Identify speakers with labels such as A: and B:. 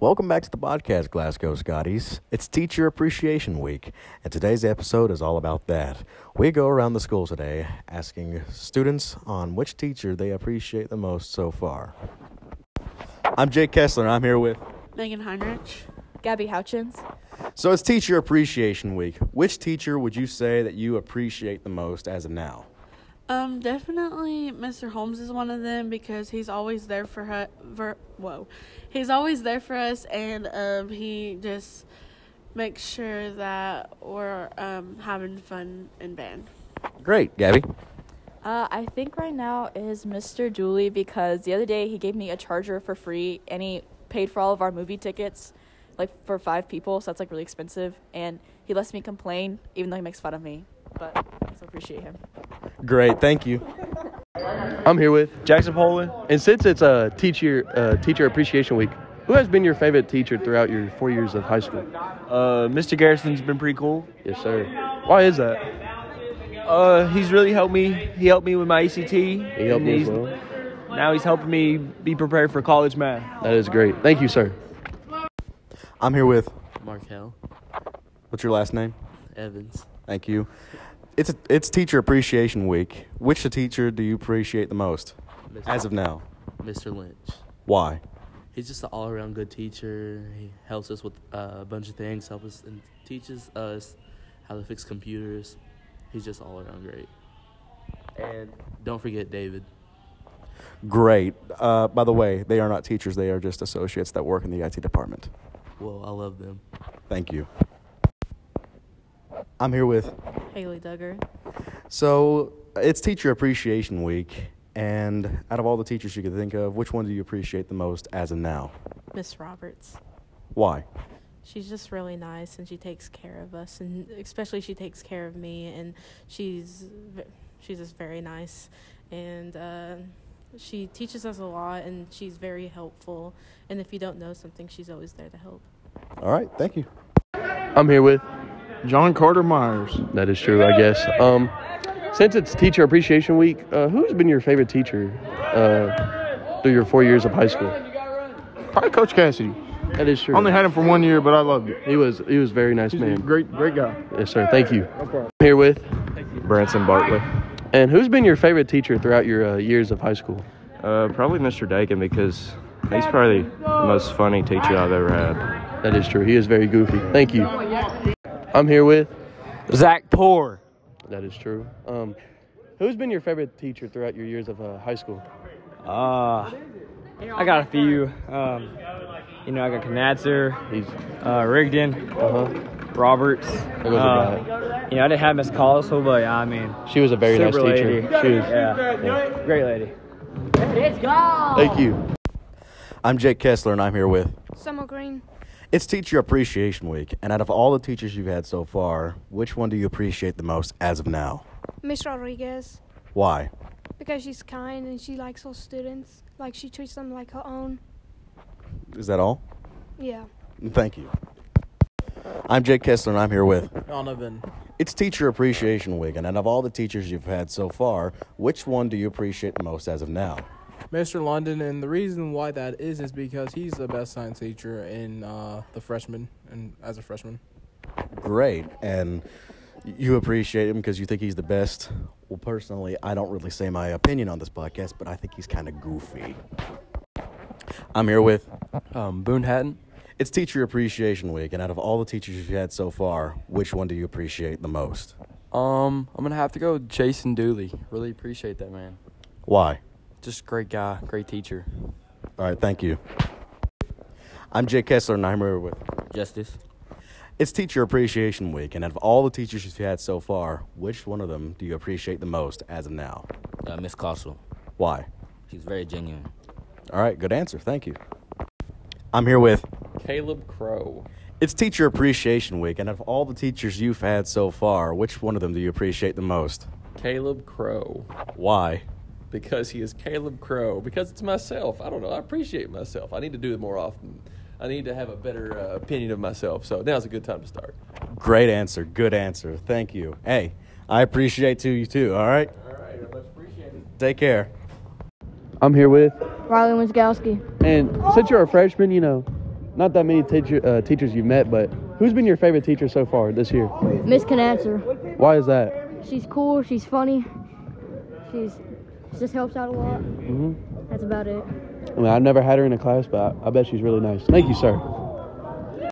A: Welcome back to the podcast, Glasgow Scotties. It's Teacher Appreciation Week, and today's episode is all about that. We go around the school today asking students on which teacher they appreciate the most so far. I'm Jake Kessler, and I'm here with.
B: Megan Heinrich.
C: Gabby Houchins.
A: So it's Teacher Appreciation Week. Which teacher would you say that you appreciate the most as of now?
B: Um, definitely Mr. Holmes is one of them because he's always there for her. For, whoa, he's always there for us, and um, he just makes sure that we're um having fun in band.
A: Great, Gabby.
C: Uh, I think right now is Mr. Dooley because the other day he gave me a charger for free and he paid for all of our movie tickets, like for five people, so that's like really expensive. And he lets me complain even though he makes fun of me, but I still appreciate him.
A: Great, thank you.
D: I'm here with Jackson Poland, and since it's a teacher uh, teacher appreciation week, who has been your favorite teacher throughout your four years of high school?
E: Uh, Mr. Garrison's been pretty cool.
D: Yes, sir. Why is that?
E: Uh, he's really helped me. He helped me with my E ACT. He
D: He helped me as well.
E: Now he's helping me be prepared for college math.
D: That is great. Thank you, sir.
A: I'm here with.
F: Markel
A: What's your last name?
F: Evans.
A: Thank you. It's it's Teacher Appreciation Week. Which teacher do you appreciate the most, as of now?
F: Mr. Lynch.
A: Why?
F: He's just an all-around good teacher. He helps us with uh, a bunch of things. Helps us and teaches us how to fix computers. He's just all-around great. And don't forget David.
A: Great. Uh, by the way, they are not teachers. They are just associates that work in the IT department.
F: Well, I love them.
A: Thank you. I'm here with.
C: Haley Duggar.
A: So it's Teacher Appreciation Week, and out of all the teachers you could think of, which one do you appreciate the most as of now?
G: Miss Roberts.
A: Why?
G: She's just really nice and she takes care of us and especially she takes care of me and she's v- she's just very nice and uh, she teaches us a lot and she's very helpful and if you don't know something she's always there to help.
A: All right. Thank you.
D: I'm here with.
H: John Carter Myers.
D: That is true, I guess. Um, since it's teacher appreciation week, uh, who has been your favorite teacher uh, through your four years of high school?
H: Probably Coach Cassidy.
D: That is true.
H: Only had him for one year, but I loved it.
D: he was he was a very nice
H: He's a
D: man.
H: great, great guy.
D: Yes, sir. Thank you. I'm here with.
I: Branson Bartley.
D: And who's been your favorite teacher throughout your uh, years of high school?
I: Uh, probably Mr. Dakin because he's probably the most funny teacher I've ever had.
D: That is true. He is very goofy. Thank you. I'm here with.
E: Zach Poor.
D: That is true. Um, who's been your favorite teacher throughout your years of uh, high school?
E: Uh, I got a few. Um, you know, I got Knatzer,
D: He's
E: uh, Rigdon,
D: uh huh.
E: Roberts.
D: goes a
E: Uh, you know, I didn't have Miss Collisel, but I mean,
D: She was a very
E: super
D: nice
E: lady.
D: teacher. She was.
E: Yeah. yeah, great lady.
D: Thank you.
A: I'm Jake Kessler, and I'm here with.
J: Summer Green,
A: It's Teacher Appreciation Week, and out of all the teachers you've had so far, which one do you appreciate the most as of now?
J: Miss Rodriguez,
A: Why?
J: because she's kind and she likes her students. Like she treats them like her own.
A: Is that all?
J: Yeah.
A: Thank you. I'm Jake Kessler, and I'm here with.
E: Donovan.
A: It's Teacher Appreciation Week, and out of all the teachers you've had so far, which one do you appreciate the most as of now?
K: Mr. London, and the reason why that is is because he's the best science teacher in uh, the freshman and as a freshman.
A: Great, and you appreciate him because you think he's the best. Well, personally, I don't really say my opinion on this podcast, but I think he's kind of goofy. I'm here with.
E: Um, Boone Hatton.
A: It's Teacher Appreciation Week, and out of all the teachers you've had so far, which one do you appreciate the most?
F: Um, I'm gonna have to go with Jason Dooley. Really appreciate that man.
A: Why?
F: Just great guy, great teacher.
A: All right, thank you. I'm Jake Kessler, and I'm here with.
F: Justice.
A: It's Teacher Appreciation Week, and out of all the teachers you've had so far, which one of them do you appreciate the most as of now?
F: Uh, Miss Castle.
A: Why?
F: She's very genuine.
A: All right, good answer. Thank you. I'm here with.
E: Caleb Crow.
A: It's Teacher Appreciation Week, and out of all the teachers you've had so far, which one of them do you appreciate the most?
E: Caleb Crow.
A: Why?
E: because he is Caleb Crow. Because it's myself. I don't know. I appreciate myself. I need to do it more often. I need to have a better uh, opinion of myself. So now's a good time to start.
A: Great answer. Good answer. Thank you. Hey, I appreciate to you too. All right.
E: All right. Much appreciated.
A: Take care.
D: I'm here with.
J: Riley Wiskowski.
D: And since you're a freshman, you know, not that many teacher, uh, teachers you've met, but who's been your favorite teacher so far this year?
G: Miss can answer.
D: Why is that?
G: She's cool. She's funny. She's she just helps out a lot.
D: hmm
G: That's about it.
D: I mean, I've never had her in a class, but I, I bet she's really nice. Thank you, sir.